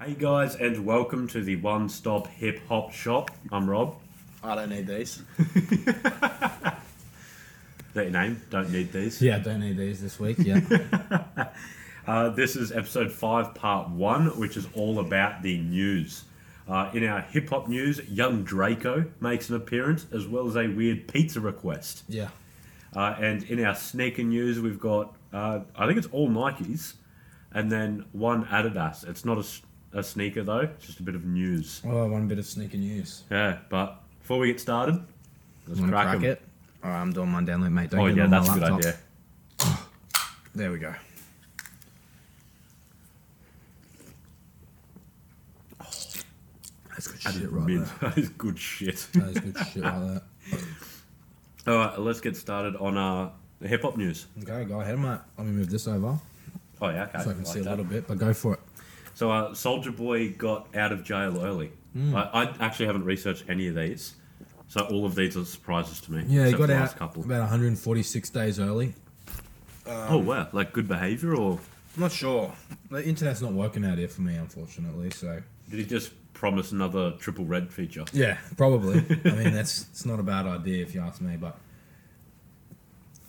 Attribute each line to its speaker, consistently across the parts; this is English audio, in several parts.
Speaker 1: Hey guys, and welcome to the One Stop Hip Hop Shop. I'm Rob.
Speaker 2: I don't need these.
Speaker 1: Is that your name? Don't need these.
Speaker 3: Yeah, don't need these this week. Yeah.
Speaker 1: Uh, this is episode five, part one, which is all about the news. Uh, in our hip hop news, young Draco makes an appearance, as well as a weird pizza request.
Speaker 3: yeah.
Speaker 1: Uh, and in our sneaker news, we've got, uh, I think it's all Nikes, and then one Adidas. It's not a, s- a sneaker though, it's just a bit of news.
Speaker 3: Oh, one bit of sneaker news.
Speaker 1: Yeah, but before we get started, let's
Speaker 3: Wanna
Speaker 1: crack, 'em.
Speaker 3: All right, I'm doing mine down there, mate. Don't
Speaker 1: Oh,
Speaker 3: get it
Speaker 1: yeah,
Speaker 3: on
Speaker 1: that's a
Speaker 3: my
Speaker 1: good
Speaker 3: laptop.
Speaker 1: idea.
Speaker 3: There we go. That's good
Speaker 1: That is
Speaker 3: shit right
Speaker 1: mint.
Speaker 3: there.
Speaker 1: That is good shit.
Speaker 3: That is good shit right there.
Speaker 1: All right, let's get started on uh, the hip hop news.
Speaker 3: Okay, go ahead, mate. Let me move this over
Speaker 1: Oh yeah, okay.
Speaker 3: so I can
Speaker 1: like
Speaker 3: see a
Speaker 1: that.
Speaker 3: little bit, but go for it.
Speaker 1: So, uh, Soldier Boy got out of jail early.
Speaker 3: Hmm.
Speaker 1: I, I actually haven't researched any of these, so all of these are surprises to me.
Speaker 3: Yeah, he
Speaker 1: except
Speaker 3: got
Speaker 1: the last
Speaker 3: out
Speaker 1: Couple.
Speaker 3: about 146 days early.
Speaker 1: oh wow, like good behavior, or
Speaker 3: I'm not sure. The internet's not working out here for me, unfortunately, so.
Speaker 1: did he just promise another triple red feature?
Speaker 3: Yeah, probably. I mean, that's it's not a bad idea if you ask me. But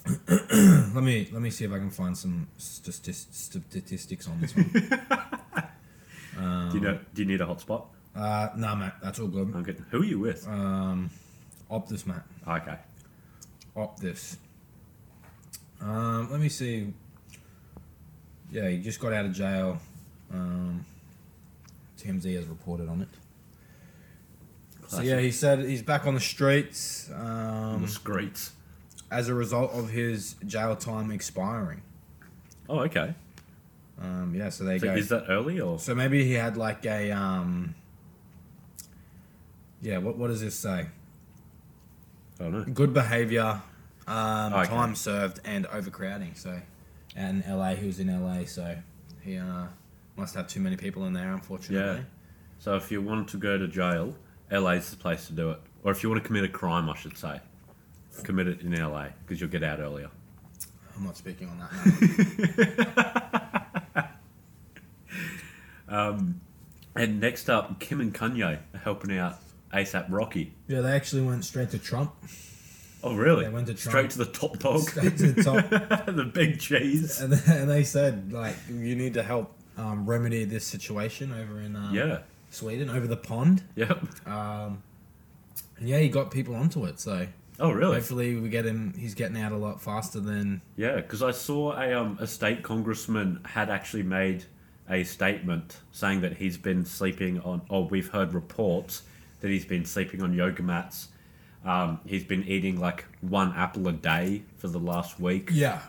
Speaker 3: let me let me see if I can find some statis- statistics on this one.
Speaker 1: do
Speaker 3: Um,
Speaker 1: you know? Do you need a hotspot?
Speaker 3: uh, nah, mate, that's all good. Um,
Speaker 1: Okay. Who are you with?
Speaker 3: Uh, Optus, mate.
Speaker 1: okay.
Speaker 3: Optus. Um, let me see. Yeah, he just got out of jail. Um, TMZ has reported on it. So yeah, he said he's back on the streets. Um,
Speaker 1: the streets.
Speaker 3: as a result of his jail time expiring.
Speaker 1: Oh okay.
Speaker 3: Um, yeah, so there you
Speaker 1: So
Speaker 3: go.
Speaker 1: is that early or?
Speaker 3: so maybe he had like a um, yeah. What what does this say?
Speaker 1: I don't know.
Speaker 3: Good behavior, um,
Speaker 1: Okay.
Speaker 3: time served, and overcrowding. So, and in LA, he was in LA, so he uh, must have too many people in there, unfortunately.
Speaker 1: Yeah. So if you want to go to jail, LA's the place to do it. Or if you want to commit a crime, I should say, commit it in LA because you'll get out earlier.
Speaker 3: I'm not speaking on that. Matter.
Speaker 1: Um, And next up, Kim and Kanye are helping out ASAP Rocky.
Speaker 3: yeah, they actually went straight to Trump,
Speaker 1: Oh really?
Speaker 3: They went to
Speaker 1: Straight
Speaker 3: Trump.
Speaker 1: to the top dog,
Speaker 3: straight to the top. Uh,
Speaker 1: the big cheese.
Speaker 3: and, they, and they said like you need to help um, remedy this situation over in um,
Speaker 1: Yeah.
Speaker 3: Sweden over the pond
Speaker 1: Yep.
Speaker 3: and yeah he got people onto it so
Speaker 1: Oh really?
Speaker 3: hopefully we get him he's getting out a lot faster than
Speaker 1: Yeah, because I saw a um, a state congressman had actually made a statement saying that he's been sleeping on. Oh, we've heard reports that he's been sleeping on yoga mats. Um, he's been eating like one apple a day for the last week.
Speaker 3: yeah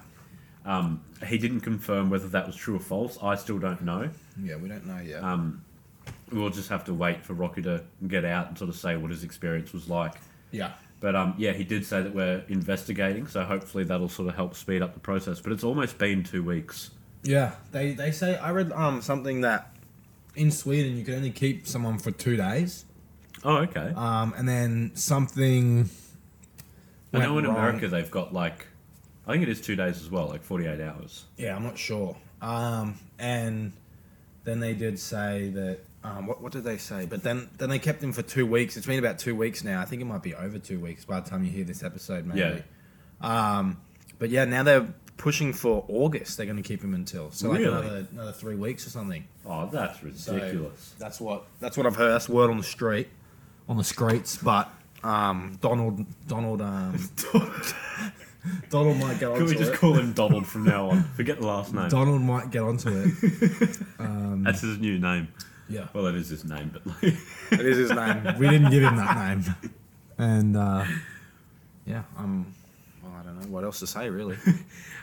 Speaker 1: Um, he didn't confirm whether that was true or false. I still don't know. Um,
Speaker 3: yeah we don't know yet
Speaker 1: Uh, We'll just have to wait for Rocky to get out and sort of say what his experience was like.
Speaker 3: yeah
Speaker 1: But um, yeah, he did say that we're investigating, so hopefully that'll sort of help speed up the process. But it's almost been two weeks.
Speaker 3: yeah they they say I read um something that in Sweden you can only keep someone for two days
Speaker 1: Oh, okay.
Speaker 3: um and then something
Speaker 1: I know in
Speaker 3: went wrong.
Speaker 1: America they've got like, I think it is two days as well, like 48 hours.
Speaker 3: yeah I'm not sure um and then they did say that um what, what did they say but then then they kept him for two weeks it's been about two weeks now I think it might be over two weeks by the time you hear this episode maybe. Um,
Speaker 1: Yeah.
Speaker 3: But yeah, now they're pushing for August. They're going to keep him until so like
Speaker 1: Really?
Speaker 3: another another three weeks or something.
Speaker 1: Oh, that's
Speaker 3: So
Speaker 1: ridiculous.
Speaker 3: That's what that's what I've heard. That's word on the street, on the streets. But um, Donald Donald um, Donald might get
Speaker 1: Can
Speaker 3: onto
Speaker 1: we just
Speaker 3: it.
Speaker 1: call him Donald from now on? Forget the last name.
Speaker 3: Donald might get onto it.
Speaker 1: That's his new name.
Speaker 3: Yeah,
Speaker 1: Well, that is his name, but like,
Speaker 3: it is his name. We didn't give him that name. And uh, yeah, um, well, I don't know what else to say really.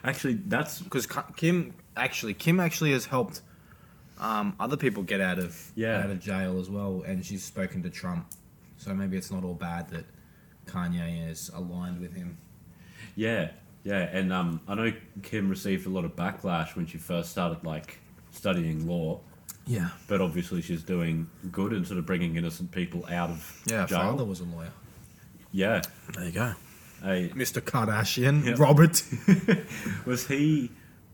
Speaker 1: actually, that's
Speaker 3: because Kim actually Kim actually has helped um, other people get out of
Speaker 1: Yeah.
Speaker 3: out of jail as well, and she's spoken to Trump, so maybe it's not all bad that Kanye is aligned with him.
Speaker 1: yeah, yeah. And um, I know Kim received a lot of backlash when she first started like studying law,
Speaker 3: Yeah,
Speaker 1: but obviously she's doing good and sort of bringing innocent people out of
Speaker 3: yeah.
Speaker 1: jail.
Speaker 3: Father was a lawyer.
Speaker 1: Yeah,
Speaker 3: There you go,
Speaker 1: I-
Speaker 3: Mr. Kardashian,
Speaker 1: Yeah.
Speaker 3: Robert.
Speaker 1: Was he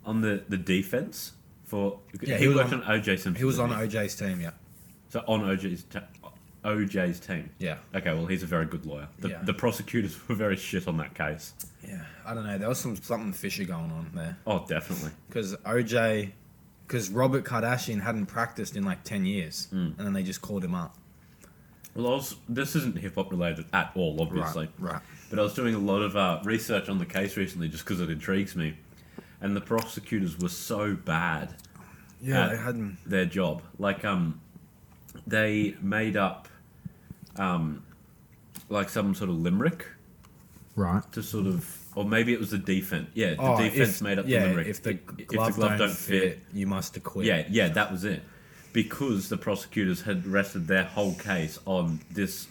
Speaker 1: on the, the defense for
Speaker 3: Yeah,
Speaker 1: he,
Speaker 3: he was
Speaker 1: worked on,
Speaker 3: on-
Speaker 1: OJ Simpson.
Speaker 3: He was on
Speaker 1: didn't
Speaker 3: OJ's team. Yeah,
Speaker 1: so on OJ's te- OJ's team.
Speaker 3: yeah,
Speaker 1: Okay, well he's a very good lawyer. The,
Speaker 3: Yeah.
Speaker 1: the prosecutors were very shit on that case.
Speaker 3: yeah. I don't know. There was some something fishy going on there
Speaker 1: Oh, definitely.
Speaker 3: because OJ, because Robert Kardashian hadn't practiced in like ten years,
Speaker 1: Hmm.
Speaker 3: and then they just called him up.
Speaker 1: Well, I was, this isn't hip hop related at all, obviously.
Speaker 3: Right, right.
Speaker 1: But I was doing a lot of uh, research on the case recently just because it intrigues me. And the prosecutors were so bad
Speaker 3: Yeah,
Speaker 1: Uh,
Speaker 3: they hadn't.
Speaker 1: their job. Like, um, they made up, um, like some sort of limerick
Speaker 3: Right.
Speaker 1: to sort of, or maybe it was the defense. Yeah, the
Speaker 3: Oh,
Speaker 1: defense
Speaker 3: if-
Speaker 1: made up
Speaker 3: yeah,
Speaker 1: the limerick.
Speaker 3: If the
Speaker 1: If
Speaker 3: glove, don't, fit, you must acquit.
Speaker 1: Yeah, yeah, that was it. Because the prosecutors had rested their whole case on this,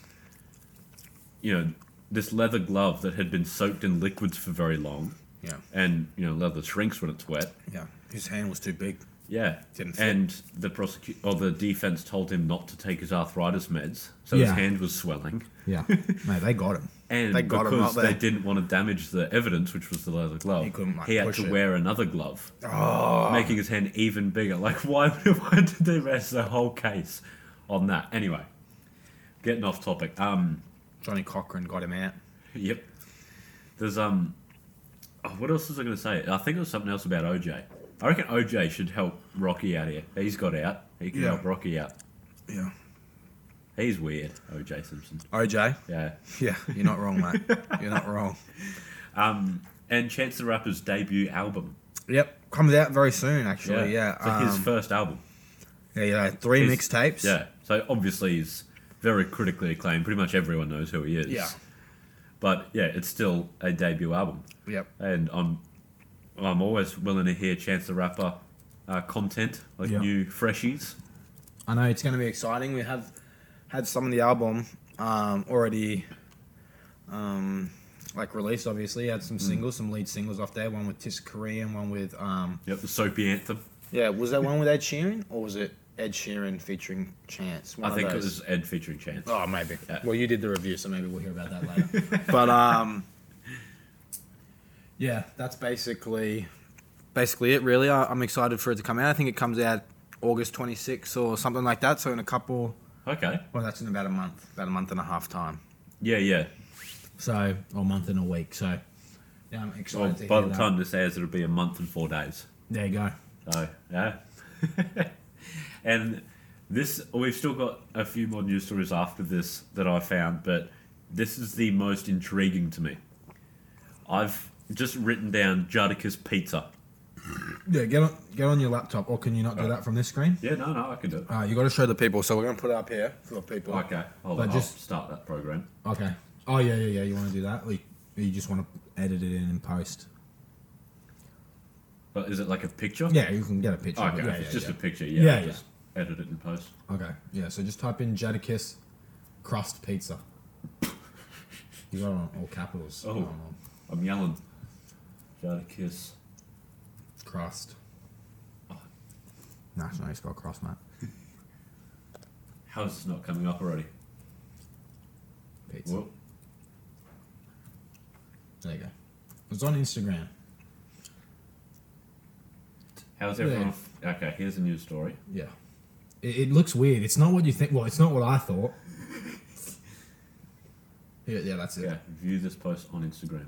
Speaker 1: you know, this leather glove that had been soaked in liquids for very long,
Speaker 3: yeah,
Speaker 1: and you know, leather shrinks when it's wet.
Speaker 3: yeah. His hand was too big.
Speaker 1: Yeah,
Speaker 3: Didn't fit.
Speaker 1: and the prosecu- or the defense told him not to take his arthritis meds, so his
Speaker 3: Yeah.
Speaker 1: hand was swelling,
Speaker 3: Yeah, mate, they got him.
Speaker 1: and
Speaker 3: They got him
Speaker 1: because
Speaker 3: up there.
Speaker 1: they didn't want to damage the evidence, which was the leather glove,
Speaker 3: He couldn't, like,
Speaker 1: he had
Speaker 3: push
Speaker 1: to
Speaker 3: it.
Speaker 1: wear another glove.
Speaker 3: Oh,
Speaker 1: making his hand even bigger. Like, why, why did they rest their whole case on that? Anyway, getting off topic. Um,
Speaker 3: Johnny Cochran got him out.
Speaker 1: yep. There's um, oh, what else was I going to say? I think it was something else about OJ. I reckon OJ should help Rocky out here. He's got out. He can
Speaker 3: Yeah.
Speaker 1: help Rocky out.
Speaker 3: Yeah.
Speaker 1: He's weird, OJ Simpson.
Speaker 3: OJ.
Speaker 1: Yeah.
Speaker 3: Yeah, you're not wrong, mate. you're not wrong.
Speaker 1: Um, and Chance the Rapper's debut album.
Speaker 3: Yep, comes out very soon. Actually, yeah.
Speaker 1: So his
Speaker 3: um,
Speaker 1: first album.
Speaker 3: yeah, yeah, three
Speaker 1: his-
Speaker 3: mixtapes.
Speaker 1: Yeah. So obviously he's very critically acclaimed. Pretty much everyone knows who he is.
Speaker 3: Yeah.
Speaker 1: But yeah, it's still a debut album,
Speaker 3: Yep.
Speaker 1: and I'm I'm always willing to hear Chance the Rapper uh, content like
Speaker 3: Yeah.
Speaker 1: new freshies.
Speaker 3: I know it's going to be exciting. We have had some of the album um, already, um, like released. Obviously, had some singles, some lead singles off there. One with Tis Korean, one with um,
Speaker 1: Yep, the Soapy Anthem.
Speaker 3: yeah. Was that one with Ed Sheeran or was it Ed Sheeran featuring Chance? One
Speaker 1: I
Speaker 3: of
Speaker 1: think it
Speaker 3: those.
Speaker 1: was Ed featuring Chance.
Speaker 3: Oh, maybe.
Speaker 1: Yeah.
Speaker 3: Well, you did the review, so maybe we'll hear about that later. but um, yeah, that's basically basically it. Really, I, I'm excited for it to come out. I think it comes out August 26th or something like that. So in a couple,
Speaker 1: Okay.
Speaker 3: well, that's in about a month, about a month and a half time.
Speaker 1: Yeah, yeah.
Speaker 3: So or a month and a week. So yeah, I'm
Speaker 1: Well,
Speaker 3: excited.
Speaker 1: by the time this airs, it'll be a month and four days.
Speaker 3: there you go.
Speaker 1: So Oh, yeah. and this we've still got a few more news stories after this that I found, but this is the most intriguing to me. I've just written down Jardicus Pizza.
Speaker 3: Yeah, get on get on your laptop, or can you not do that from this screen?
Speaker 1: Yeah, no, no, I can do it.
Speaker 3: Uh, you got to show the people. So we're gonna put it up here for the people.
Speaker 1: Oh, Okay, hold
Speaker 3: But
Speaker 1: on.
Speaker 3: just-
Speaker 1: I'll start that program.
Speaker 3: Okay. Oh yeah, yeah, yeah. You want to do that? Or you, or you just want to edit it in and post?
Speaker 1: But is it like a picture?
Speaker 3: Yeah, you can get a picture. of
Speaker 1: Okay,
Speaker 3: it. yeah,
Speaker 1: if it's
Speaker 3: yeah,
Speaker 1: just
Speaker 3: yeah.
Speaker 1: a picture. Yeah,
Speaker 3: Yeah,
Speaker 1: I'll just edit it and post.
Speaker 3: Okay. Yeah. So just type in Jadakiss crust pizza. you got it on all capitals.
Speaker 1: Oh.
Speaker 3: I don't know.
Speaker 1: I'm yelling. Jardicus.
Speaker 3: crust. No, it's not how you spell crust, mate.
Speaker 1: How is this not coming up already?
Speaker 3: Pizza.
Speaker 1: Well,
Speaker 3: There you go. It's on Instagram.
Speaker 1: how's everyone? Okay, here's a news story.
Speaker 3: Yeah. It, it looks weird. It's not what you think. Well, it's not what I thought. yeah, yeah, that's it.
Speaker 1: Yeah, view this post on Instagram.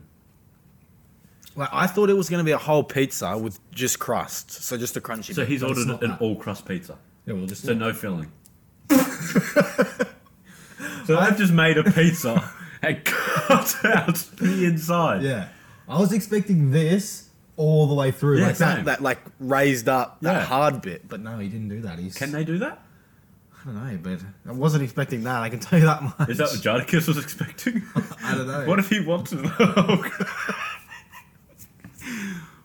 Speaker 2: Like I thought it was going to be a whole pizza with just crust, so just a crunchy.
Speaker 1: So
Speaker 2: bit.
Speaker 1: he's
Speaker 3: But it's
Speaker 1: ordered
Speaker 3: not
Speaker 1: an
Speaker 3: that.
Speaker 1: all crust pizza.
Speaker 3: Yeah, we'll just
Speaker 1: So no filling. so I've just made a pizza and cut out the inside.
Speaker 3: Yeah. I was expecting this all the way through.
Speaker 1: Yeah,
Speaker 3: like
Speaker 1: same.
Speaker 3: that.
Speaker 2: that like raised up that
Speaker 1: Yeah.
Speaker 2: hard bit, but
Speaker 3: But no, he didn't do that. He's,
Speaker 1: Can they do that?
Speaker 3: I don't know, but I wasn't expecting that. I can tell you that much.
Speaker 1: Is that what Jardicus was expecting?
Speaker 3: I don't know.
Speaker 1: what if he wanted the whole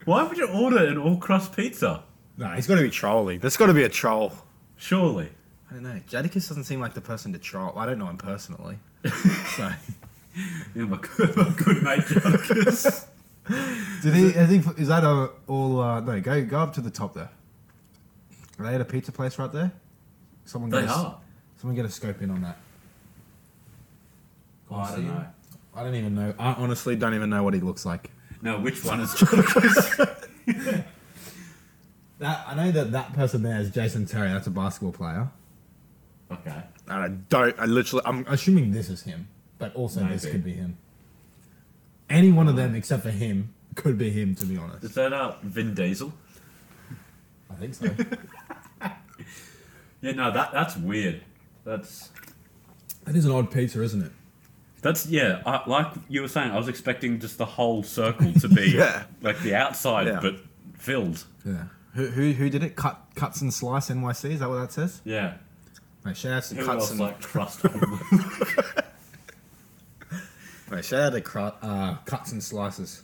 Speaker 1: Why would you order an all crust pizza?
Speaker 3: no,
Speaker 2: it's
Speaker 3: he's
Speaker 2: got to be trolling. There's got to be a troll.
Speaker 1: Surely.
Speaker 3: I don't know. Jadakiss doesn't seem like the person to troll. I don't know him personally. so,
Speaker 1: Yeah, my good, my good mate Jardicus.
Speaker 3: did he? Is, he, is that a, all? Uh, no, go go up to the top there. Are they at a pizza place right there? Someone
Speaker 1: they
Speaker 3: get a s-
Speaker 1: are.
Speaker 3: Someone get a scope in on that.
Speaker 1: Oh, I don't know.
Speaker 3: I don't even know. I honestly don't even know what he looks like.
Speaker 1: No, which one is Jardicus?
Speaker 3: That I know that that person there is Jason Terry. That's a basketball player.
Speaker 1: Okay.
Speaker 2: And I don't. I literally. I'm.
Speaker 3: Assuming this is him, but also this
Speaker 1: Maybe.
Speaker 3: could be him. Any one of them except for him could be him. To be honest,
Speaker 1: Is that uh, Vin Diesel?
Speaker 3: I think so.
Speaker 1: Yeah, no, that that's weird. That's
Speaker 3: that is an odd pizza, isn't it?
Speaker 1: that's yeah. I, like you were saying, I was expecting just the whole circle to be
Speaker 2: Yeah.
Speaker 1: like the outside,
Speaker 2: Yeah.
Speaker 1: but filled.
Speaker 3: Yeah. Who, who, who did it? Cut cuts and slice NYC. Is that what that says?
Speaker 1: Yeah.
Speaker 3: Mate, shout out to
Speaker 1: Who
Speaker 3: Cuts
Speaker 1: else
Speaker 2: and-
Speaker 1: like crust? on-
Speaker 3: Mate, shout out to cru- uh, cuts and slices.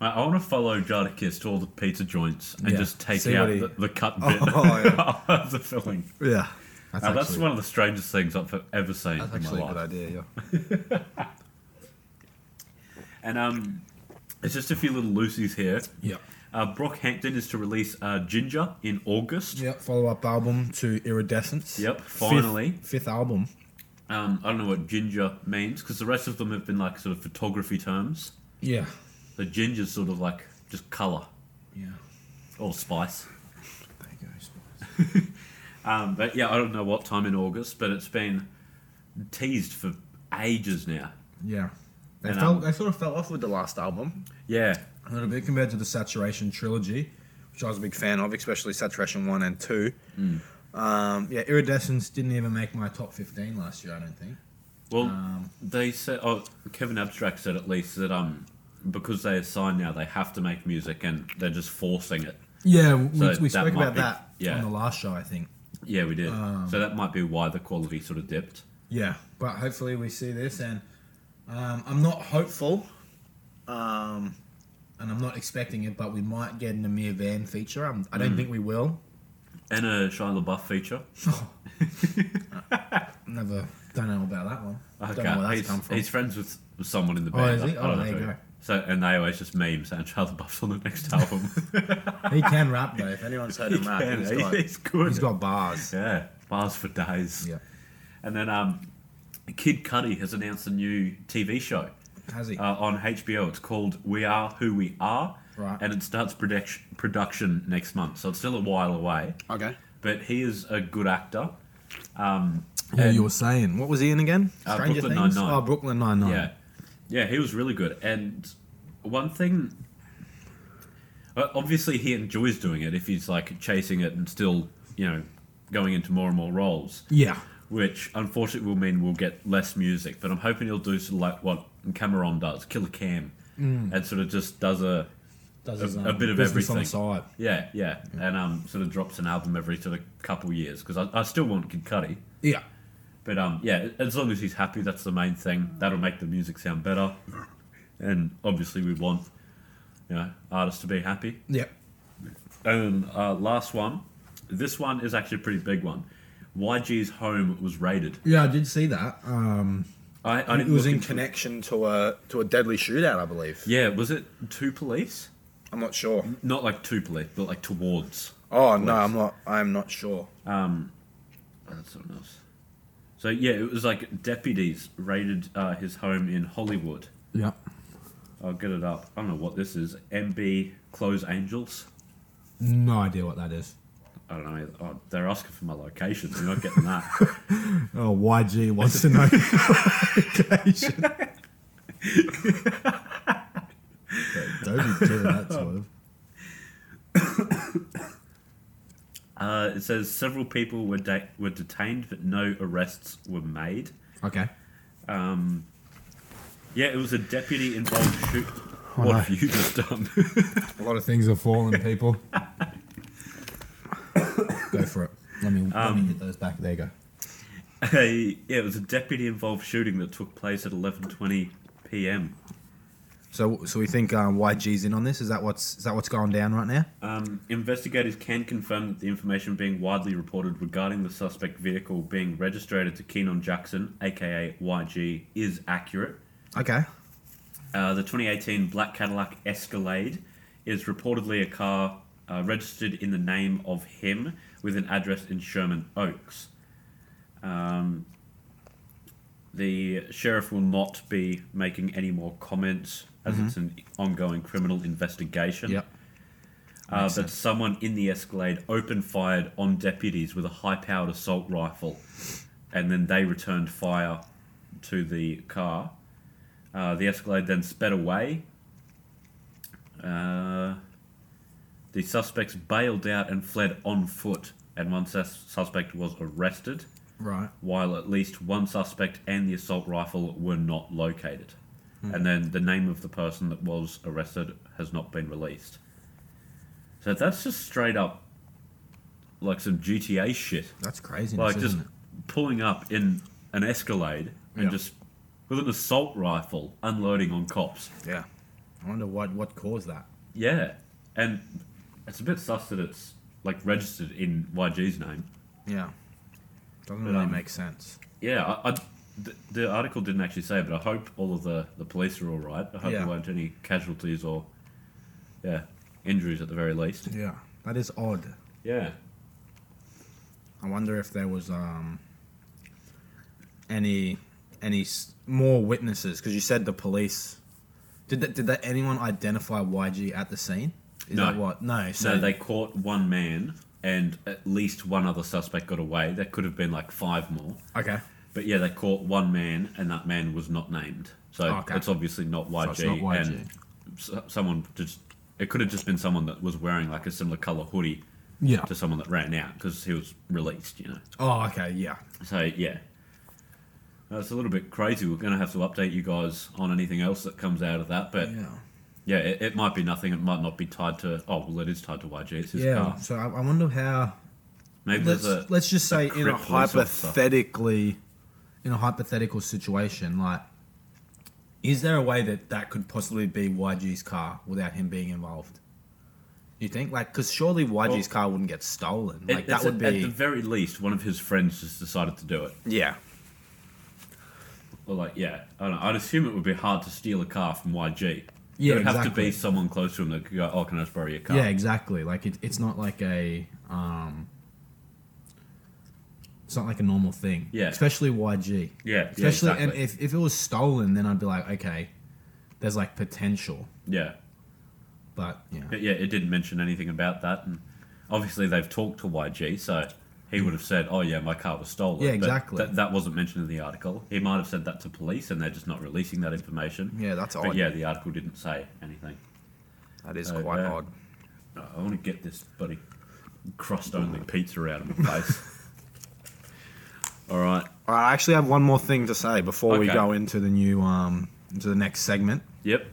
Speaker 1: I, I want to follow Jardakis to all the pizza joints and
Speaker 3: Yeah.
Speaker 1: just take
Speaker 3: See
Speaker 1: out
Speaker 3: what he-
Speaker 1: the, the cut bit
Speaker 2: Oh,
Speaker 1: of the filling.
Speaker 2: Yeah.
Speaker 3: That's
Speaker 1: Now,
Speaker 3: actually,
Speaker 1: that's one of the strangest things I've ever seen
Speaker 2: That's
Speaker 1: in
Speaker 2: actually
Speaker 1: my
Speaker 2: a
Speaker 1: life.
Speaker 2: good idea. Yeah.
Speaker 1: And um, it's just a few little loosies here.
Speaker 3: Yep.
Speaker 1: Uh, Brockhampton is to release uh, Ginger in August.
Speaker 3: Yep. Follow up album to Iridescence.
Speaker 1: Yep,
Speaker 3: Fifth-
Speaker 1: finally.
Speaker 3: Fifth, album.
Speaker 1: Um, I don't know what ginger means because the rest of them have been like sort of photography terms.
Speaker 3: Yeah.
Speaker 1: The ginger's sort of like just color
Speaker 3: Yeah.
Speaker 1: or spice.
Speaker 3: There you go.
Speaker 1: Um, but yeah, I don't know what time in August, but it's been teased for ages now.
Speaker 3: Yeah. They
Speaker 1: And,
Speaker 3: fell,
Speaker 1: um,
Speaker 3: they sort of fell off with the last album
Speaker 1: Yeah,
Speaker 3: a little bit compared to the Saturation trilogy, which I was a big fan of, especially Saturation one and two.
Speaker 1: Hmm.
Speaker 3: Um, yeah, Iridescence didn't even make my top fifteen last year. I don't think.
Speaker 1: Well,
Speaker 3: Um,
Speaker 1: they said, oh, Kevin Abstract said at least that um, because they are signed now, they have to make music and they're just forcing it.
Speaker 3: Yeah, we,
Speaker 1: So
Speaker 3: we
Speaker 1: that
Speaker 3: spoke
Speaker 1: might
Speaker 3: about
Speaker 1: be-
Speaker 3: that
Speaker 1: yeah.
Speaker 3: on the last show, I think.
Speaker 1: Yeah, we did.
Speaker 3: Um,
Speaker 1: so that might be why the quality sort of dipped.
Speaker 3: Yeah, but hopefully we see this, and um, I'm not hopeful, um, and I'm not expecting it, but we might get an Amir Van feature. Um, I don't
Speaker 1: Hmm.
Speaker 3: think we will. Uh,
Speaker 1: And a Shia LaBeouf feature.
Speaker 3: Never, don't know about that one. Don't know where
Speaker 1: Okay,
Speaker 3: that's
Speaker 1: he's,
Speaker 3: come from.
Speaker 1: he's friends with with someone in the
Speaker 3: Oh,
Speaker 1: band.
Speaker 3: is he?
Speaker 1: I- I don't
Speaker 3: Oh,
Speaker 1: know
Speaker 3: there you
Speaker 1: who.
Speaker 3: go.
Speaker 1: So, and they always just meme saying Charlie Buff's on the next album.
Speaker 3: he can rap though. If anyone's heard
Speaker 1: He
Speaker 3: him rap,
Speaker 1: can,
Speaker 3: he's
Speaker 1: eh?
Speaker 3: got,
Speaker 1: He's good.
Speaker 3: he's got bars.
Speaker 1: yeah, bars for days.
Speaker 3: Yeah,
Speaker 1: And then um, Kid Cudi has announced a new TV show
Speaker 3: has he?
Speaker 1: uh, on HBO. It's called We Are Who We Are,
Speaker 3: Right.
Speaker 1: and it starts production production next month. So it's still a while away.
Speaker 2: Okay.
Speaker 1: But he is a good actor. Um,
Speaker 3: yeah,
Speaker 1: and-
Speaker 3: you were saying. What was he in again?
Speaker 1: Uh,
Speaker 3: Stranger
Speaker 1: Brooklyn
Speaker 3: Things.
Speaker 1: Nine-Nine.
Speaker 3: Oh, Brooklyn Nine Nine.
Speaker 1: Yeah, yeah, he was really good. And one thing, uh, obviously, he enjoys doing it. If he's like chasing it and still, you know, going into more and more roles,
Speaker 3: Yeah.
Speaker 1: which unfortunately will mean we'll get less music. But I'm hoping he'll do sort of like what Cameron does, Killer Cam, and sort of just does a
Speaker 3: Mm. Does um,
Speaker 1: A- a bit of
Speaker 3: business on the
Speaker 1: everything.
Speaker 3: side.
Speaker 1: yeah, yeah, and um, sort of drops an album every sort of couple years because I, I still want Kid Cudi.
Speaker 3: Yeah.
Speaker 1: But um, yeah, as long as he's happy, that's the main thing. That'll make the music sound better. And obviously, we want you know artists to be happy.
Speaker 3: Yeah.
Speaker 1: And uh, last one, this one is actually a pretty big one. YG's home was raided.
Speaker 3: Yeah, I did see that. Um,
Speaker 1: I, I
Speaker 2: It
Speaker 1: didn't
Speaker 2: was
Speaker 1: look
Speaker 2: in
Speaker 1: into-
Speaker 2: connection to a to a deadly shootout, I believe.
Speaker 1: Yeah, was it to police?
Speaker 2: I'm not sure.
Speaker 1: Not like to police, but like towards.
Speaker 2: Oh no, I'm not. I'm not sure.
Speaker 1: Um, that's something else. So yeah, it was like deputies raided uh, his home in Hollywood.
Speaker 3: yeah.
Speaker 1: I'll get it up. I don't know what this is. MB Close Angels.
Speaker 3: No idea what that is.
Speaker 1: I don't know. Oh, they're asking for my location. You're not getting that.
Speaker 3: Oh, YG wants to know. location. Don't be doing that sort of.
Speaker 1: uh, it says several people were de- were detained, but no arrests were made.
Speaker 3: Okay.
Speaker 1: Um, yeah, it was a deputy involved shoot.
Speaker 3: Oh,
Speaker 1: what
Speaker 3: no.
Speaker 1: have you just done?
Speaker 3: A lot of things have fallen, people. go for it. Let me, let me get those back. There you go.
Speaker 1: a, yeah, it was a deputy involved shooting that took place at 11:20 p.m.
Speaker 3: So, so we think um, YG's in on this. Is that what's is that what's going down right now?
Speaker 1: Um, investigators can confirm that the information being widely reported regarding the suspect vehicle being registered to Keenan Jackson, aka YG, is accurate.
Speaker 3: Okay.
Speaker 1: Uh, the 2018 black Cadillac Escalade is reportedly a car uh, registered in the name of him with an address in Sherman Oaks. Um, the sheriff will not be making any more comments as it's an ongoing criminal investigation. uh, that someone in the Escalade open fired on deputies with a high powered assault rifle, and then they returned fire to the car. Uh, the Escalade then sped away. Uh, the suspects bailed out and fled on foot, and one sus- suspect was arrested,
Speaker 3: Right.
Speaker 1: while at least one suspect and the assault rifle were not located.
Speaker 3: Hmm.
Speaker 1: And then the name of the person that was arrested has not been released. So that's just straight up like some GTA shit.
Speaker 3: That's crazy.
Speaker 1: Like just
Speaker 3: isn't it?
Speaker 1: pulling up in an Escalade and
Speaker 2: Yeah.
Speaker 1: just with an assault rifle unloading on cops.
Speaker 2: Yeah.
Speaker 3: I wonder what what caused that.
Speaker 1: Yeah, and it's a bit sus that it's like registered in YG's name.
Speaker 2: Yeah.
Speaker 3: Doesn't
Speaker 1: But,
Speaker 3: really
Speaker 1: um,
Speaker 3: make sense.
Speaker 1: Yeah, I, I, the, the article didn't actually say, but I hope all of the, the police are all right. I hope
Speaker 3: Yeah.
Speaker 1: there weren't any casualties or yeah injuries at the very least.
Speaker 3: Yeah. That is odd.
Speaker 1: Yeah,
Speaker 3: I wonder if there was um any any s- more witnesses because you said the police. Did that, did that anyone identify YG at the scene? Is
Speaker 1: No.
Speaker 3: that what? No. So
Speaker 1: so they caught one man and at least one other suspect got away. There could have been like five more.
Speaker 3: okay.
Speaker 1: But yeah, they caught one man, and that man was not named. So
Speaker 3: Okay.
Speaker 1: it's obviously not YG.
Speaker 3: So it's not YG.
Speaker 1: And s- someone just it could have just been someone that was wearing like a similar color hoodie
Speaker 3: Yeah.
Speaker 1: to someone that ran out because he was released, you know.
Speaker 3: Oh, okay. Yeah.
Speaker 1: So yeah, that's a little bit crazy. We're gonna have to update you guys on anything else that comes out of that. But yeah,
Speaker 3: Yeah.
Speaker 1: it, it might be nothing. It might not be tied to. Oh well, it is tied to YG. It's his
Speaker 3: Yeah.
Speaker 1: car.
Speaker 3: So I, I wonder how.
Speaker 1: Maybe
Speaker 3: Let's
Speaker 1: there's a
Speaker 3: let's just say in a
Speaker 1: crypt police officer.
Speaker 3: hypothetically, in a hypothetical situation, like, is there a way that that could possibly be YG's car without him being involved? You think, like, because surely YG's car wouldn't get stolen.
Speaker 1: it-
Speaker 3: Like that
Speaker 1: it's
Speaker 3: would
Speaker 1: at- at
Speaker 3: be,
Speaker 1: the very least one of his friends just decided to do it.
Speaker 3: yeah,
Speaker 1: Well, like, yeah, I don't know. I'd assume it would be hard to steal a car from YG.
Speaker 3: Yeah,
Speaker 1: it would have to
Speaker 3: exactly.
Speaker 1: be someone close to him that could go, "Oh, can I just borrow your car?"
Speaker 3: yeah, exactly. Like it, it's not like a, um, it's not like a normal thing.
Speaker 1: Yeah.
Speaker 3: especially YG.
Speaker 1: yeah, yeah,
Speaker 3: Especially,
Speaker 1: exactly.
Speaker 3: and if, if it was stolen, then I'd be like, okay, there's like potential,
Speaker 1: yeah,
Speaker 3: but yeah.
Speaker 1: but yeah, it didn't mention anything about that, and obviously they've talked to YG, so he would have said, "Oh yeah, my car was stolen."
Speaker 3: Yeah,
Speaker 1: But
Speaker 3: exactly.
Speaker 1: that- that wasn't mentioned in the article. He might have said that to police, and they're just not releasing that information.
Speaker 2: Yeah, that's
Speaker 1: But
Speaker 2: odd.
Speaker 1: yeah, the article didn't say anything.
Speaker 2: That is
Speaker 1: So,
Speaker 2: quite
Speaker 1: yeah.
Speaker 2: odd.
Speaker 1: Oh, I want to get this bloody crust only pizza out of my face. All right.
Speaker 3: All right, I actually have one more thing to say before we
Speaker 1: Okay.
Speaker 3: go into the new um into the next segment.
Speaker 1: Yep.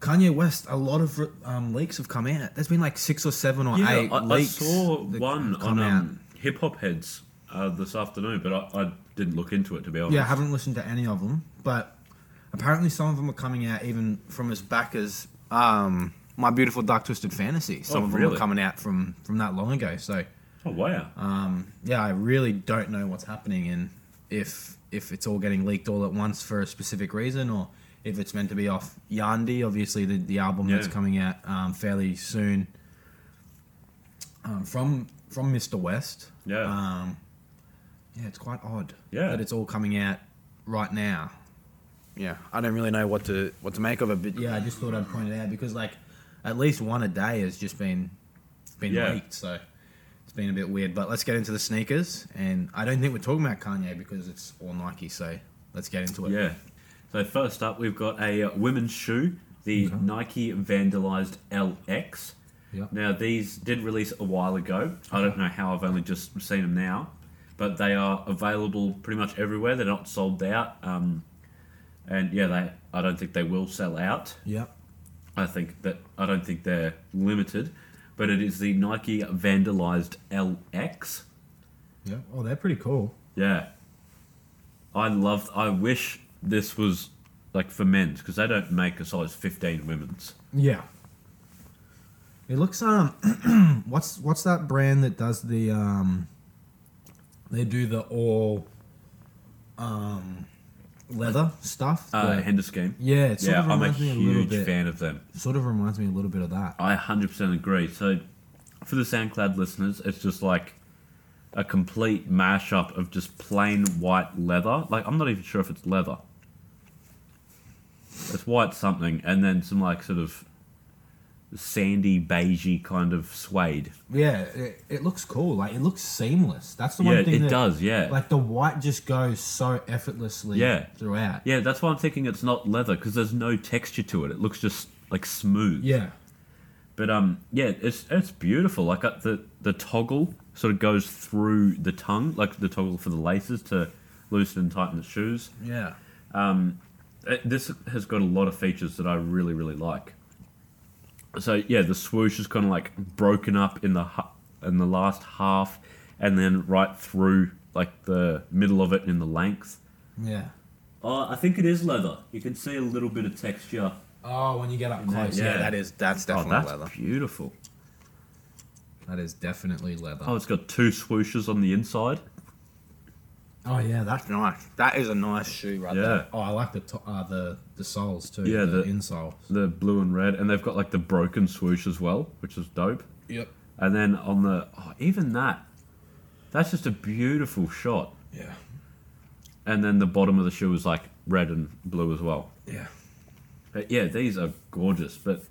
Speaker 3: Kanye West, a lot of um, leaks have come out. There's been like six or seven or
Speaker 1: Yeah,
Speaker 3: eight
Speaker 1: I, I
Speaker 3: leaks.
Speaker 1: saw
Speaker 3: that
Speaker 1: one
Speaker 3: have
Speaker 1: on um, Hip Hop Heads uh, this afternoon, but I, I didn't look into it to be honest.
Speaker 3: Yeah, I haven't listened to any of them, but apparently some of them are coming out even from as back as um, My Beautiful Dark Twisted Fantasy. Some
Speaker 1: Oh,
Speaker 3: of them
Speaker 1: really?
Speaker 3: are coming out from from that long ago. So
Speaker 1: Oh wow!
Speaker 3: um, yeah, I really don't know what's happening and if if it's all getting leaked all at once for a specific reason or if it's meant to be off Yandi, obviously the, the album that's
Speaker 1: Yeah.
Speaker 3: coming out um, fairly soon um, from from Mr. West.
Speaker 1: yeah,
Speaker 3: Um, yeah, it's quite odd
Speaker 1: Yeah.
Speaker 3: that it's all coming out right now.
Speaker 2: Yeah, I don't really know what to what to make of it, but
Speaker 3: Yeah, I just thought I'd point it out because like at least one a day has just been been
Speaker 1: Yeah.
Speaker 3: leaked, so it's been a bit weird. But let's get into the sneakers, and I don't think we're talking about Kanye because it's all Nike. So let's get into it.
Speaker 1: yeah. So first up, we've got a uh, women's shoe, the Nike Vandalized LX.
Speaker 3: Yeah.
Speaker 1: Now these did release a while ago. I don't know how I've only just seen them now, but they are available pretty much everywhere. They're not sold out, um, and yeah, they. I don't think they will sell out.
Speaker 3: Yeah.
Speaker 1: I think that I don't think they're limited, but it is the Nike Vandalized LX.
Speaker 3: Yeah. Oh, they're pretty cool.
Speaker 1: Yeah, I love. I wish this was like for men's because they don't make a size fifteen women's.
Speaker 3: Yeah. It looks um, what's what's that brand that does the um, they do the all, um, leather stuff.
Speaker 1: Uh,
Speaker 3: The-
Speaker 1: Hender scheme.
Speaker 3: yeah, it sort
Speaker 1: yeah,
Speaker 3: of
Speaker 1: I'm a
Speaker 3: reminds me a little
Speaker 1: huge
Speaker 3: bit.
Speaker 1: fan of them.
Speaker 3: Sort of reminds me a little bit of that.
Speaker 1: I hundred percent agree. So, for the SoundCloud listeners, it's just like a complete mashup of just plain white leather. Like I'm not even sure if it's leather. It's white something, and then some like sort of sandy, beigey kind of suede.
Speaker 3: Yeah, it, it looks cool. Like it looks seamless. That's the one
Speaker 1: yeah,
Speaker 3: thing.
Speaker 1: it
Speaker 3: that,
Speaker 1: does. Yeah,
Speaker 3: Like the white just goes so effortlessly.
Speaker 1: Yeah.
Speaker 3: Throughout.
Speaker 1: yeah. That's why I'm thinking it's not leather because there's no texture to it. It looks just like smooth.
Speaker 3: Yeah.
Speaker 1: But um, yeah, it's it's beautiful. Like uh, the the toggle sort of goes through the tongue, like the toggle for the laces to loosen and tighten the shoes.
Speaker 3: Yeah.
Speaker 1: Uh, This has got a lot of features that I really really like. So yeah, the swoosh is kind of like broken up in the ha- in the last half, and then right through like the middle of it in the length.
Speaker 3: Yeah.
Speaker 1: Uh, I think it is leather. You can see a little bit of texture.
Speaker 3: Oh, when you get up
Speaker 1: Yeah.
Speaker 3: close, yeah,
Speaker 2: Yeah, that is that's definitely
Speaker 1: oh, that's
Speaker 2: leather.
Speaker 1: beautiful.
Speaker 3: that is definitely leather.
Speaker 1: Oh, it's got two swooshes on the inside.
Speaker 3: Oh yeah, that.
Speaker 2: Nice. That is a nice shoe right
Speaker 1: yeah.
Speaker 2: there.
Speaker 3: Oh, I like the to- uh, the the soles too.
Speaker 1: Yeah,
Speaker 3: the,
Speaker 1: the-
Speaker 3: insole.
Speaker 1: the blue and red, and they've got like the broken swoosh as well, which is dope.
Speaker 3: Yep.
Speaker 1: And then on the oh, even that, that's just a beautiful shot.
Speaker 3: Yeah.
Speaker 1: And then the bottom of the shoe is like red and blue as well.
Speaker 3: Yeah.
Speaker 1: But yeah, these are gorgeous. But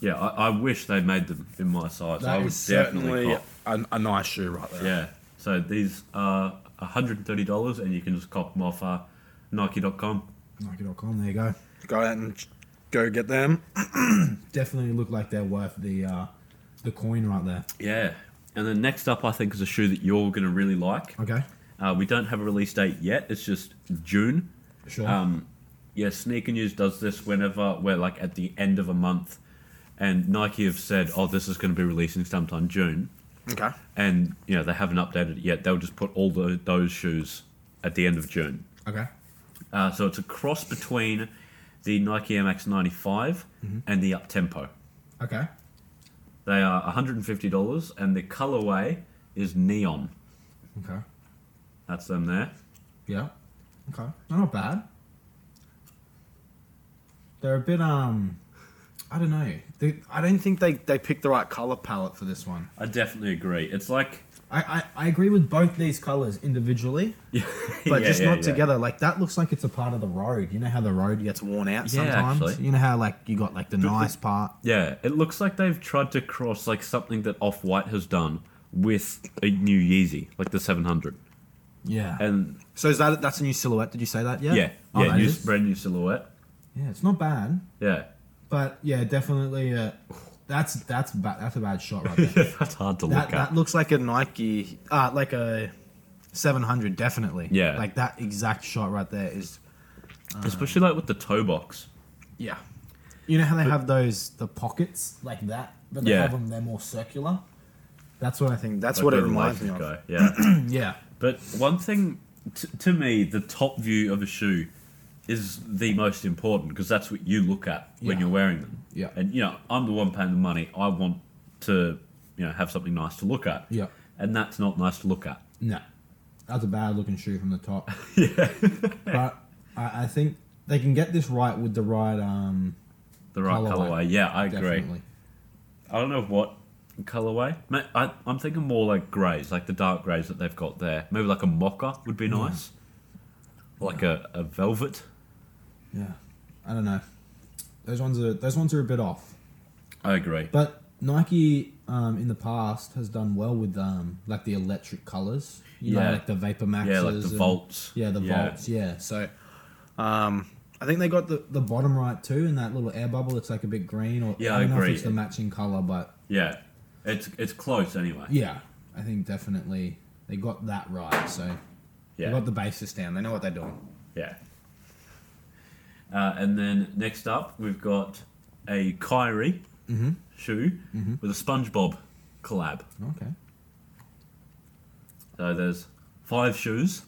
Speaker 1: yeah, I, I wish they made them in my size. I
Speaker 3: That
Speaker 1: would
Speaker 3: is
Speaker 1: definitely
Speaker 2: Certainly
Speaker 1: cop.
Speaker 2: a, a nice shoe right there.
Speaker 1: Yeah. So these are hundred and thirty dollars, and you can just cop them off uh, Nike.com.
Speaker 3: Nike.com. There you go.
Speaker 2: Go out and ch- go get them.
Speaker 3: Definitely look like they're worth the uh, the coin right there.
Speaker 1: Yeah. And then next up, I think is a shoe that you're gonna really like.
Speaker 3: Okay.
Speaker 1: Uh, we don't have a release date yet. It's just June.
Speaker 3: Sure.
Speaker 1: Um, yeah, Sneaker News does this whenever we're like at the end of a month, and Nike have said, "Oh, this is going to be releasing sometime June,"
Speaker 2: Okay.
Speaker 1: and you know they haven't updated it yet. They'll just put all tho- those shoes at the end of June.
Speaker 3: okay.
Speaker 1: Uh, so it's a cross between the Nike MX 95 and the Uptempo.
Speaker 3: Okay.
Speaker 1: They are $150, and the colorway is neon.
Speaker 3: Okay.
Speaker 1: That's them there.
Speaker 3: Yeah. Okay. They're not bad. They're a bit um I don't know. They,
Speaker 2: I don't think they, they picked the right color palette.
Speaker 3: palette for this one.
Speaker 1: I definitely agree. It's like,
Speaker 3: I, I, I agree with both these colours individually,
Speaker 1: yeah,
Speaker 3: but just
Speaker 1: yeah,
Speaker 3: not
Speaker 1: yeah.
Speaker 3: together. Like that looks like it's a part of the road. You know how the road gets worn out
Speaker 1: Yeah,
Speaker 3: sometimes?
Speaker 1: actually.
Speaker 3: You know how like you got like the
Speaker 1: the-
Speaker 3: nice part.
Speaker 1: Yeah, it looks like they've tried to cross like something that Off White has done with a new Yeezy, like the 700.
Speaker 3: Yeah.
Speaker 1: And
Speaker 3: so is that that's a new silhouette, did you say that? Yeah?
Speaker 1: yeah, yeah,
Speaker 3: Oh, that
Speaker 1: new,
Speaker 3: is?
Speaker 1: brand new silhouette.
Speaker 3: yeah, it's not bad.
Speaker 1: Yeah,
Speaker 3: But yeah, definitely uh, that's that's ba- that's a bad shot right there.
Speaker 1: that's hard to
Speaker 3: that,
Speaker 1: look at.
Speaker 3: that looks like a Nike, uh, like a 700, definitely.
Speaker 1: Yeah.
Speaker 3: Like that exact shot right there is,
Speaker 1: Especially like with the toe box.
Speaker 3: yeah. You know how they have those, the pockets like that, but they
Speaker 1: Yeah.
Speaker 3: have them, they're more circular? That's what I think. That's
Speaker 2: That's
Speaker 1: like
Speaker 2: what it
Speaker 1: where the
Speaker 2: reminds me
Speaker 1: laces
Speaker 2: of.
Speaker 1: go, Yeah,
Speaker 3: Yeah.
Speaker 1: but one thing t- to me, the top view of a shoe is the most important because that's what you look at when
Speaker 3: Yeah.
Speaker 1: you're wearing them.
Speaker 3: Yeah.
Speaker 1: and you know, I'm the one paying the money. I want to, you know, have something nice to look at.
Speaker 3: Yeah.
Speaker 1: and that's not nice to look at.
Speaker 3: No. That's a bad looking shoe from the top. yeah. but I, I think they can get this right with the right, um,
Speaker 1: The right
Speaker 3: Colourway.
Speaker 1: colorway. Yeah, I agree.
Speaker 3: definitely.
Speaker 1: I don't know what colorway. Ma- I, I'm thinking more like greys, like the dark greys that they've got there. Maybe like a mocha would be nice, Or like a, a velvet.
Speaker 3: Yeah. I don't know. Those ones are, those ones are a bit off.
Speaker 1: I agree.
Speaker 3: But Nike um, in the past has done well with um, like the electric colors. You
Speaker 1: Yeah.
Speaker 3: know, like the Vapor Maxes.
Speaker 1: yeah, like the
Speaker 3: and-
Speaker 1: vaults.
Speaker 3: Yeah, the
Speaker 1: yeah.
Speaker 3: Volts. Yeah. So
Speaker 2: Um,
Speaker 3: I think they got the, the bottom right too, and that little air bubble. It's like a bit green, or
Speaker 1: Yeah,
Speaker 3: I
Speaker 1: I
Speaker 3: don't know
Speaker 1: agree.
Speaker 3: if it's the matching color, but
Speaker 1: Yeah, it's it's close anyway.
Speaker 3: yeah, I think definitely they got that right. So they
Speaker 1: Yeah,
Speaker 3: got the basis down. They know what they're doing.
Speaker 1: yeah. Uh, and then next up, we've got a Kyrie shoe with a SpongeBob collab.
Speaker 3: Okay.
Speaker 1: So there's five shoes,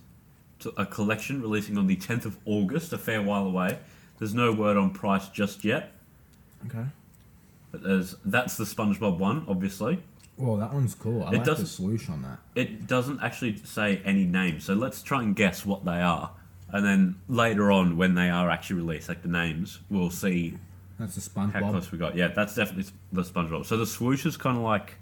Speaker 1: to a collection releasing on the 10th of August, a fair while away. There's no word on price just yet,
Speaker 3: Okay.
Speaker 1: but there's that's the SpongeBob one, obviously.
Speaker 3: Well, that one's cool. I
Speaker 1: It
Speaker 3: like
Speaker 1: doesn't-
Speaker 3: the swoosh on that.
Speaker 1: It doesn't actually say any name, so let's try and guess what they are. And then later on, when they are actually released, like the names, we'll see
Speaker 3: That's a
Speaker 1: how
Speaker 3: SpongeBob.
Speaker 1: close we got. Yeah, that's definitely the SpongeBob. So the swoosh is kind of like,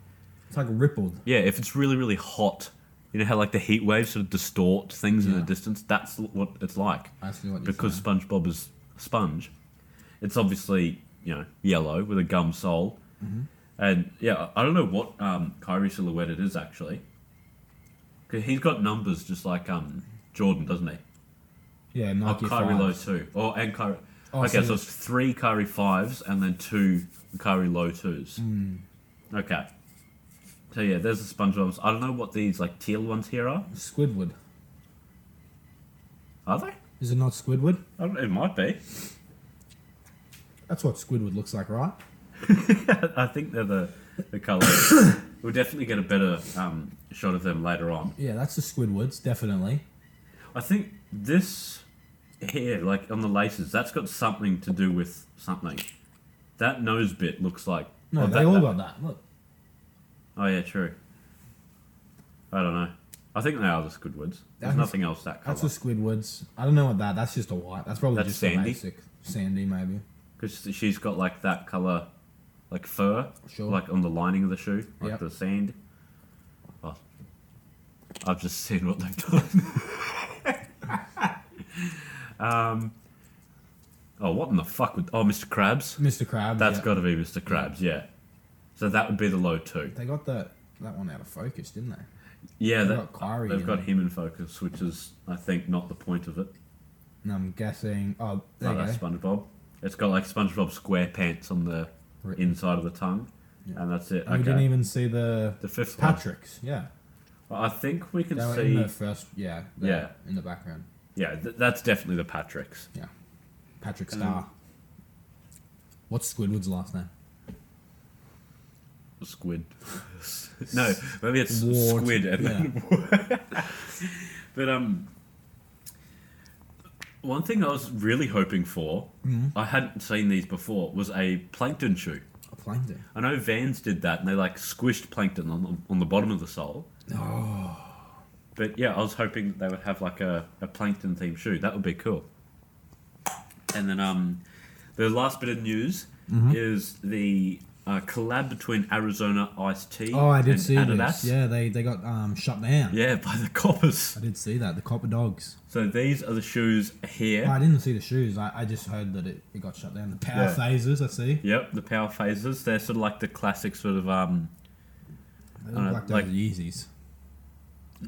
Speaker 3: It's like rippled.
Speaker 1: yeah, if it's really, really hot, you know how like the heat waves sort of distort things in the
Speaker 3: Yeah.
Speaker 1: distance? That's l- what it's like.
Speaker 3: I see what you're
Speaker 1: because
Speaker 3: saying.
Speaker 1: SpongeBob is sponge, it's obviously you know yellow with a gum sole,
Speaker 3: Mm-hmm.
Speaker 1: and yeah, I I don't know what um, Kyrie silhouette it is actually. 'Cause he's got numbers just like um, Jordan, doesn't he?
Speaker 3: Yeah,
Speaker 1: Oh,
Speaker 3: Nike
Speaker 1: Kyrie Low
Speaker 3: fives.
Speaker 1: two. Oh, and Kyrie.
Speaker 3: Oh,
Speaker 1: okay,
Speaker 3: so-
Speaker 1: so it's three Kyrie fives and then two Kyrie Low twos.
Speaker 3: Hmm.
Speaker 1: Okay. So yeah, there's the SpongeBob's. I don't know what these like teal ones here are.
Speaker 3: Squidward.
Speaker 1: Are they?
Speaker 3: Is it not Squidward?
Speaker 1: I don't, it might be.
Speaker 3: That's what Squidward looks like, right?
Speaker 1: I think they're the the colour. we'll definitely get a better um, shot of them later on.
Speaker 3: Yeah, that's the Squidwards, definitely.
Speaker 1: I think this here, like on the laces, that's got something to do with something. That nose bit looks like.
Speaker 3: No,
Speaker 1: oh,
Speaker 3: they
Speaker 1: that-
Speaker 3: all
Speaker 1: that-
Speaker 3: got that. Look.
Speaker 1: Oh yeah, true. I don't know. I think they are the Squidwards. There's
Speaker 3: That's-
Speaker 1: nothing else that
Speaker 3: That's
Speaker 1: colour.
Speaker 3: the Squidwards. I don't know what that. That's just a white. That's probably
Speaker 1: That's
Speaker 3: just
Speaker 1: sandy?
Speaker 3: a basic sandy, maybe.
Speaker 1: Because she's got like that color, like fur,
Speaker 3: Sure.
Speaker 1: like on the lining of the shoe, like
Speaker 3: Yep.
Speaker 1: the sand. Oh, I've just seen what they've done. um, oh, what in the fuck would? Oh, Mr. Krabs.
Speaker 3: Mr. Crab.
Speaker 1: That's
Speaker 3: yeah.
Speaker 1: got to be Mr. Krabs. Yeah. So that would be the low two.
Speaker 3: They got that that one out of focus, didn't they?
Speaker 1: Yeah,
Speaker 3: They've
Speaker 1: that,
Speaker 3: got Kyrie.
Speaker 1: they've
Speaker 3: in
Speaker 1: got
Speaker 3: it.
Speaker 1: him in focus, which is, I think, not the point of it.
Speaker 3: And I'm guessing. Oh, there
Speaker 1: Oh,
Speaker 3: you go.
Speaker 1: that's SpongeBob. It's got like SpongeBob SquarePants on the
Speaker 3: Written.
Speaker 1: inside of the tongue,
Speaker 3: Yeah.
Speaker 1: and that's it.
Speaker 3: And We
Speaker 1: okay.
Speaker 3: didn't even see the
Speaker 1: The fifth one.
Speaker 3: Patrick's. Yeah,
Speaker 1: Well, I think we can
Speaker 3: they were in
Speaker 1: see.
Speaker 3: the first. Yeah, they're in the background.
Speaker 1: Yeah, th- that's definitely the Patricks.
Speaker 3: Yeah, Patrick
Speaker 1: Um,
Speaker 3: Star. What's Squidward's last name?
Speaker 1: Squid. no, maybe it's
Speaker 3: Ward.
Speaker 1: squid and then. but um, one thing I was really hoping for, I hadn't seen these before, was a plankton shoe.
Speaker 3: A plankton.
Speaker 1: I know Vans did that, and they like squished plankton on the, on the bottom of the sole.
Speaker 3: Oh,
Speaker 1: But yeah, I was hoping they would have like a, a plankton themed shoe. That would be cool. And then um, the last bit of news
Speaker 3: Mm-hmm.
Speaker 1: is the uh, collab between Arizona Ice Tea
Speaker 3: oh, I did
Speaker 1: and
Speaker 3: see
Speaker 1: Adidas.
Speaker 3: this. Yeah, they they got um shut down.
Speaker 1: Yeah, by the coppers.
Speaker 3: I did see that. The copper dogs.
Speaker 1: So these are the shoes here.
Speaker 3: Oh, I didn't see the shoes. I, I just heard that it, it got shut down. The power
Speaker 1: Yeah.
Speaker 3: phases. I see.
Speaker 1: Yep, the power phases. They're sort of like the classic sort of um,
Speaker 3: They
Speaker 1: know,
Speaker 3: look
Speaker 1: Uh, like-
Speaker 3: like those Yeezys.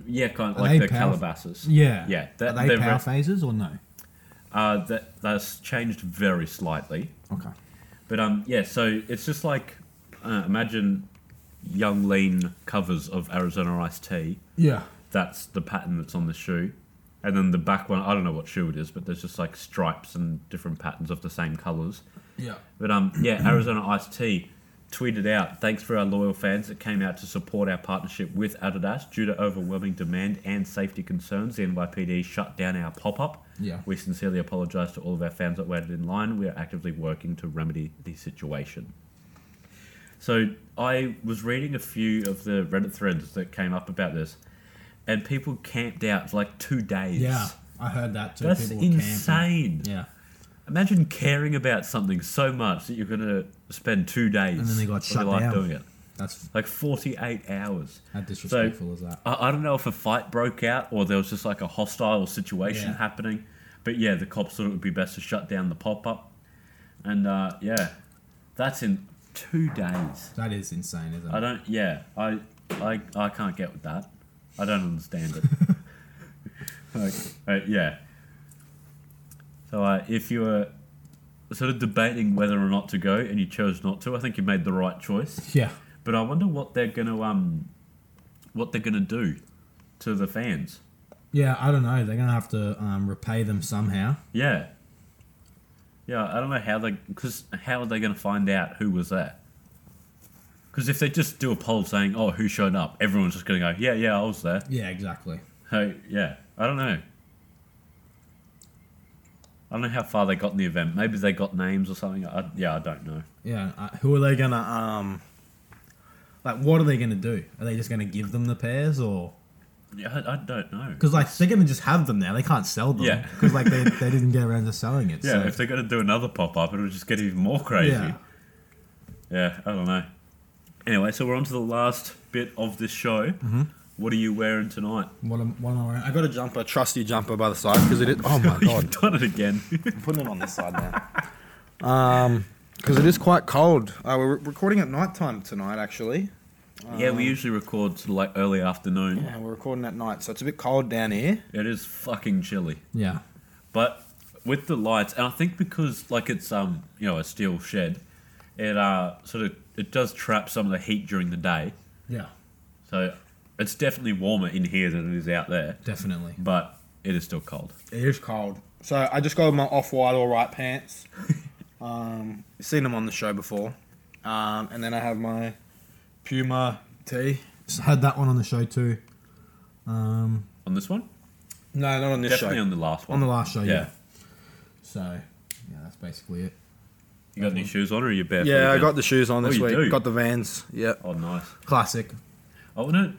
Speaker 1: yeah, kind of
Speaker 3: Are
Speaker 1: like
Speaker 3: they
Speaker 1: the
Speaker 3: power-
Speaker 1: Calabasas.
Speaker 3: Yeah.
Speaker 1: Yeah, that-
Speaker 3: Are they
Speaker 1: they're
Speaker 3: power
Speaker 1: re-
Speaker 3: phases or no?
Speaker 1: Uh, that that's changed very slightly.
Speaker 3: Okay.
Speaker 1: But um, yeah. So it's just like uh, imagine young lean covers of Arizona Ice Tea.
Speaker 3: Yeah.
Speaker 1: That's the pattern that's on the shoe, and then the back one. I don't know what shoe it is, but there's just like stripes and different patterns of the same colors.
Speaker 3: Yeah.
Speaker 1: But um, yeah, Arizona Ice Tea tweeted out, "Thanks for our loyal fans that came out to support our partnership with Adidas. Due to overwhelming demand and safety concerns, the NYPD shut down our pop-up.
Speaker 3: Yeah.
Speaker 1: We sincerely apologise to all of our fans that waited in line. We are actively working to remedy the situation." So I was reading a few of the Reddit threads that came up about this, and people camped out for like two days.
Speaker 3: Yeah. I heard that too.
Speaker 1: That's
Speaker 3: People were camping.
Speaker 1: insane.
Speaker 3: Yeah.
Speaker 1: Imagine caring about something so much that you're going to spend two days
Speaker 3: And then they got
Speaker 1: of
Speaker 3: shut
Speaker 1: your life
Speaker 3: down.
Speaker 1: doing it.
Speaker 3: That's
Speaker 1: Like 48 hours.
Speaker 3: how disrespectful is that?
Speaker 1: I, I don't know if a fight broke out or there was just like a hostile situation
Speaker 3: Yeah.
Speaker 1: happening. But yeah, the cops thought it would be best to shut down the pop up. And uh, yeah, that's in two days.
Speaker 3: That is insane, isn't it?
Speaker 1: I don't, yeah, I, I, I can't get with that. I don't understand it. like, uh, yeah. So uh, if you were sort of debating whether or not to go and you chose not to, I think you made the right choice.
Speaker 3: Yeah.
Speaker 1: But I wonder what they're gonna um, what they're gonna do to the fans.
Speaker 3: Yeah, I don't know. They're gonna have to um, repay them somehow.
Speaker 1: Yeah. Yeah, I don't know how they because how are they gonna find out who was there? Because if they just do a poll saying, "Oh, who showed up?" Everyone's just gonna go, "Yeah, yeah, I was there."
Speaker 3: Yeah, exactly.
Speaker 1: So yeah, I don't know. I don't know how far they got in the event. Maybe they got names or something. I, yeah, I don't know.
Speaker 3: Yeah. Uh, who are they gonna um? Like, what are they gonna do? Are they just gonna give them the pairs or?
Speaker 1: Yeah, I, I don't know.
Speaker 3: Because like they're gonna just have them now. They can't sell them.
Speaker 1: Yeah.
Speaker 3: Because like they, they didn't get around to selling it.
Speaker 1: Yeah,
Speaker 3: So.
Speaker 1: if they're gonna do another pop up, it'll just get even more crazy.
Speaker 3: Yeah.
Speaker 1: Yeah. I don't know. Anyway, so we're on to the last bit of this show. Mm-hmm. What are you wearing tonight?
Speaker 3: What am, what am I wearing? I
Speaker 2: I
Speaker 3: got
Speaker 2: got a jumper, trusty jumper by the side because it is. Oh my god!
Speaker 1: You've done it again.
Speaker 2: I'm putting it on the side now. Um, Because it is quite cold. Uh, we're re- recording at night time tonight, actually.
Speaker 1: yeah, we usually record sort of like early afternoon.
Speaker 2: Yeah, we're recording at night, so it's a bit cold down here.
Speaker 1: It is fucking chilly.
Speaker 3: Yeah.
Speaker 1: But with the lights, and I think because like it's um you know a steel shed, it uh sort of it does trap some of the heat during the day.
Speaker 3: Yeah.
Speaker 1: So it's definitely warmer in here than it is out there,
Speaker 3: Definitely.
Speaker 1: but it is still cold.
Speaker 3: It is cold.
Speaker 2: So I just got my off-white all right pants. um, seen them on the show before, um, and then I have my Puma tee.
Speaker 3: So had that one on the show too. Um,
Speaker 1: On this one,
Speaker 2: No, not on this
Speaker 1: definitely
Speaker 2: show.
Speaker 1: on the last one.
Speaker 3: on the last show, yeah.
Speaker 1: Yeah.
Speaker 3: So, yeah, that's basically it.
Speaker 1: You got any shoes on, or are you barefoot?
Speaker 2: yeah, I
Speaker 1: again?
Speaker 2: got the shoes on
Speaker 1: Oh,
Speaker 2: this
Speaker 1: you
Speaker 2: week.
Speaker 1: do?
Speaker 2: Got the Vans. Yeah.
Speaker 1: Oh, nice.
Speaker 3: Classic.
Speaker 1: I want to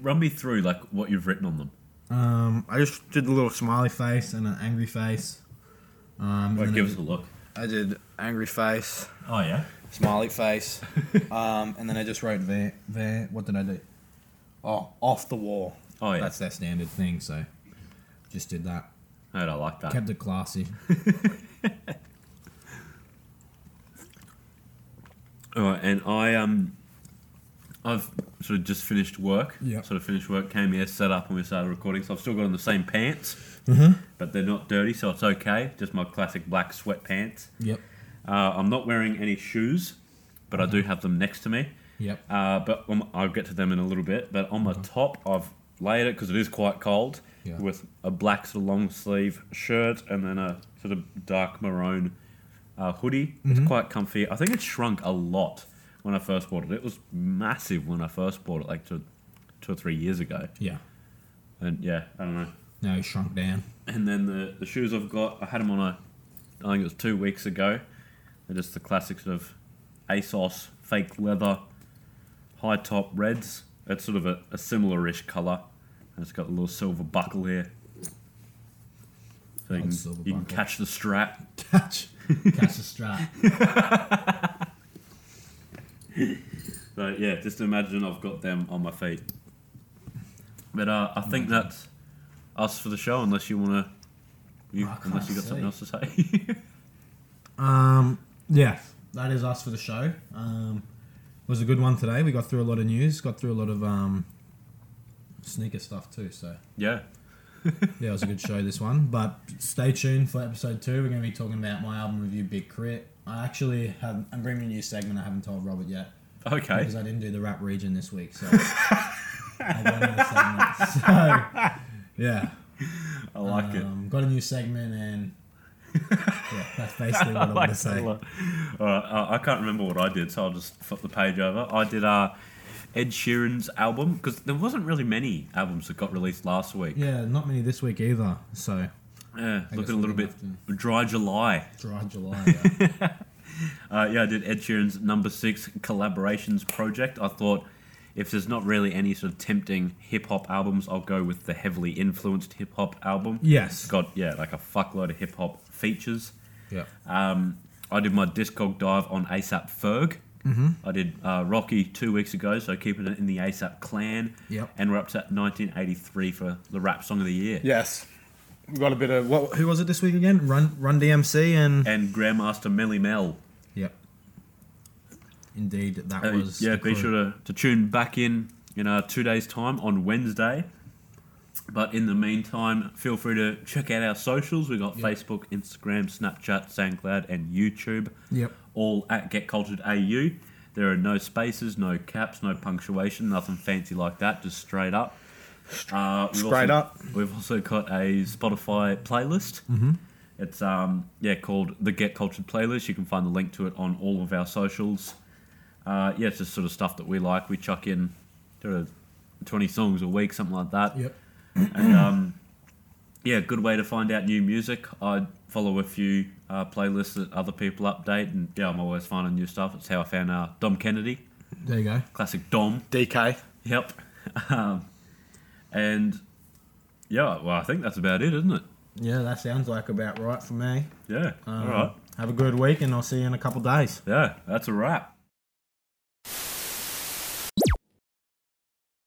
Speaker 1: run me through like what you've written on them.
Speaker 3: Um, I just did a little smiley face and an angry face. Um,
Speaker 1: Like,
Speaker 3: and
Speaker 1: give
Speaker 3: then-
Speaker 1: us a look.
Speaker 2: I did angry face,
Speaker 1: Oh yeah.
Speaker 2: smiley face, um, and then I just wrote van.
Speaker 3: There, what did I do?
Speaker 2: Oh, off the wall.
Speaker 1: Oh yeah.
Speaker 3: That's their standard thing, so just did that.
Speaker 1: No, I like that.
Speaker 3: Kept it classy.
Speaker 1: All right, and I um, I've sort of just finished work.
Speaker 3: Yeah.
Speaker 1: Sort of finished work, came here, set up, and we started recording. So I've still got on the same pants, but they're not dirty, so it's okay. Just my classic black sweatpants.
Speaker 3: Yep.
Speaker 1: Uh, I'm not wearing any shoes, but I do have them next to me.
Speaker 3: Yep.
Speaker 1: Uh, but on, I'll get to them in a little bit. But on the top, I've laid it because it is quite cold
Speaker 3: Yeah.
Speaker 1: with a black sort of long sleeve shirt and then a sort of dark maroon uh, hoodie. It's quite comfy. I think it shrunk a lot when I first bought it. It was massive when I first bought it, like two, two or three years ago.
Speaker 3: Yeah.
Speaker 1: And yeah, I don't know.
Speaker 3: Now he shrunk down.
Speaker 1: And then the, the shoes I've got, I had them on a, I think it was two weeks ago. They're just the classic sort of ASOS fake leather high top reds. That's sort of a, a similar ish colour. And it's got a little silver buckle here. So you
Speaker 3: Old
Speaker 1: can,
Speaker 3: silver
Speaker 1: you can
Speaker 3: buckle.
Speaker 1: catch the strap.
Speaker 3: Catch. Catch the strap.
Speaker 1: So yeah, just imagine I've got them on my feet. But uh, I think that's us for the show, unless you want to. You,
Speaker 3: I can't
Speaker 1: unless you got something else to say.
Speaker 3: Um, yeah, that is us for the show. Um, it was a good one today. We got through a lot of news, got through a lot of um, sneaker stuff too. So
Speaker 1: yeah.
Speaker 3: yeah, it was a good show this one. But stay tuned for episode two. We're going to be talking about my album review, Big Crit. I actually have I'm bringing a new segment. I haven't told Robert yet
Speaker 1: Okay.
Speaker 3: because I didn't do the rap region this week. So. I got another segment. So, yeah,
Speaker 1: I like it.
Speaker 3: um, got a new segment, and yeah, that's basically what I'm
Speaker 1: like
Speaker 3: gonna
Speaker 1: that
Speaker 3: say.
Speaker 1: a lot. All right, uh, I can't remember what I did, so I'll just flip the page over. I did uh, Ed Sheeran's album because there wasn't really many albums that got released last week. Yeah,
Speaker 3: Yeah, not many this week either. So
Speaker 1: looking
Speaker 3: guess
Speaker 1: a
Speaker 3: we're
Speaker 1: little
Speaker 3: gonna
Speaker 1: bit dry July.
Speaker 3: dry July. Yeah.
Speaker 1: Uh, yeah, I did Ed Sheeran's number six collaborations project. I thought if there's not really any sort of tempting hip hop albums, I'll go with the heavily influenced hip hop album. It's
Speaker 3: yes.
Speaker 1: got yeah like a fuckload of hip hop features.
Speaker 3: Yeah.
Speaker 1: Um, I did my Discog dive on ASAP Ferg. Mm-hmm. I did uh, Rocky two weeks ago, so keeping it in the ASAP clan.
Speaker 3: Yep.
Speaker 1: And we're up to 1983 for the rap song of the year.
Speaker 2: Yes, we got a bit of what?
Speaker 3: Who was it this week again? Run Run DMC and
Speaker 1: And Grandmaster Melly Mel.
Speaker 3: Yep. Indeed, that
Speaker 1: Uh,
Speaker 3: was
Speaker 1: yeah,
Speaker 3: the
Speaker 1: be
Speaker 3: crew.
Speaker 1: sure to, to tune back in in uh, two days' time on Wednesday. But in the meantime, feel free to check out our socials. We've got
Speaker 3: Yep.
Speaker 1: Facebook, Instagram, Snapchat, SoundCloud, and YouTube.
Speaker 3: Yep.
Speaker 1: all at Get Cultured AU. There are no spaces, no caps, no punctuation, nothing fancy like that. Just straight up. Uh, we've
Speaker 2: Straight
Speaker 1: also,
Speaker 2: up.
Speaker 1: We've also got a Spotify playlist. Mm-hmm. It's um yeah called the Get Cultured playlist. You can find the link to it on all of our socials. Uh, yeah, it's just sort of stuff that we like. We chuck in sort of twenty songs a week, something like that.
Speaker 3: Yep.
Speaker 1: And um, yeah, good way to find out new music. I follow a few uh, playlists that other people update, and yeah, I'm always finding new stuff. It's how I found uh, Dom Kennedy,
Speaker 3: There you go.
Speaker 1: classic Dom.
Speaker 2: DK.
Speaker 1: Yep. Um, and yeah, well, I think that's about it, isn't it?
Speaker 3: Yeah, that sounds like about right for me.
Speaker 1: Yeah.
Speaker 3: Um,
Speaker 1: All right.
Speaker 3: Have a good week, and I'll see you in a couple days.
Speaker 1: Yeah, that's a wrap.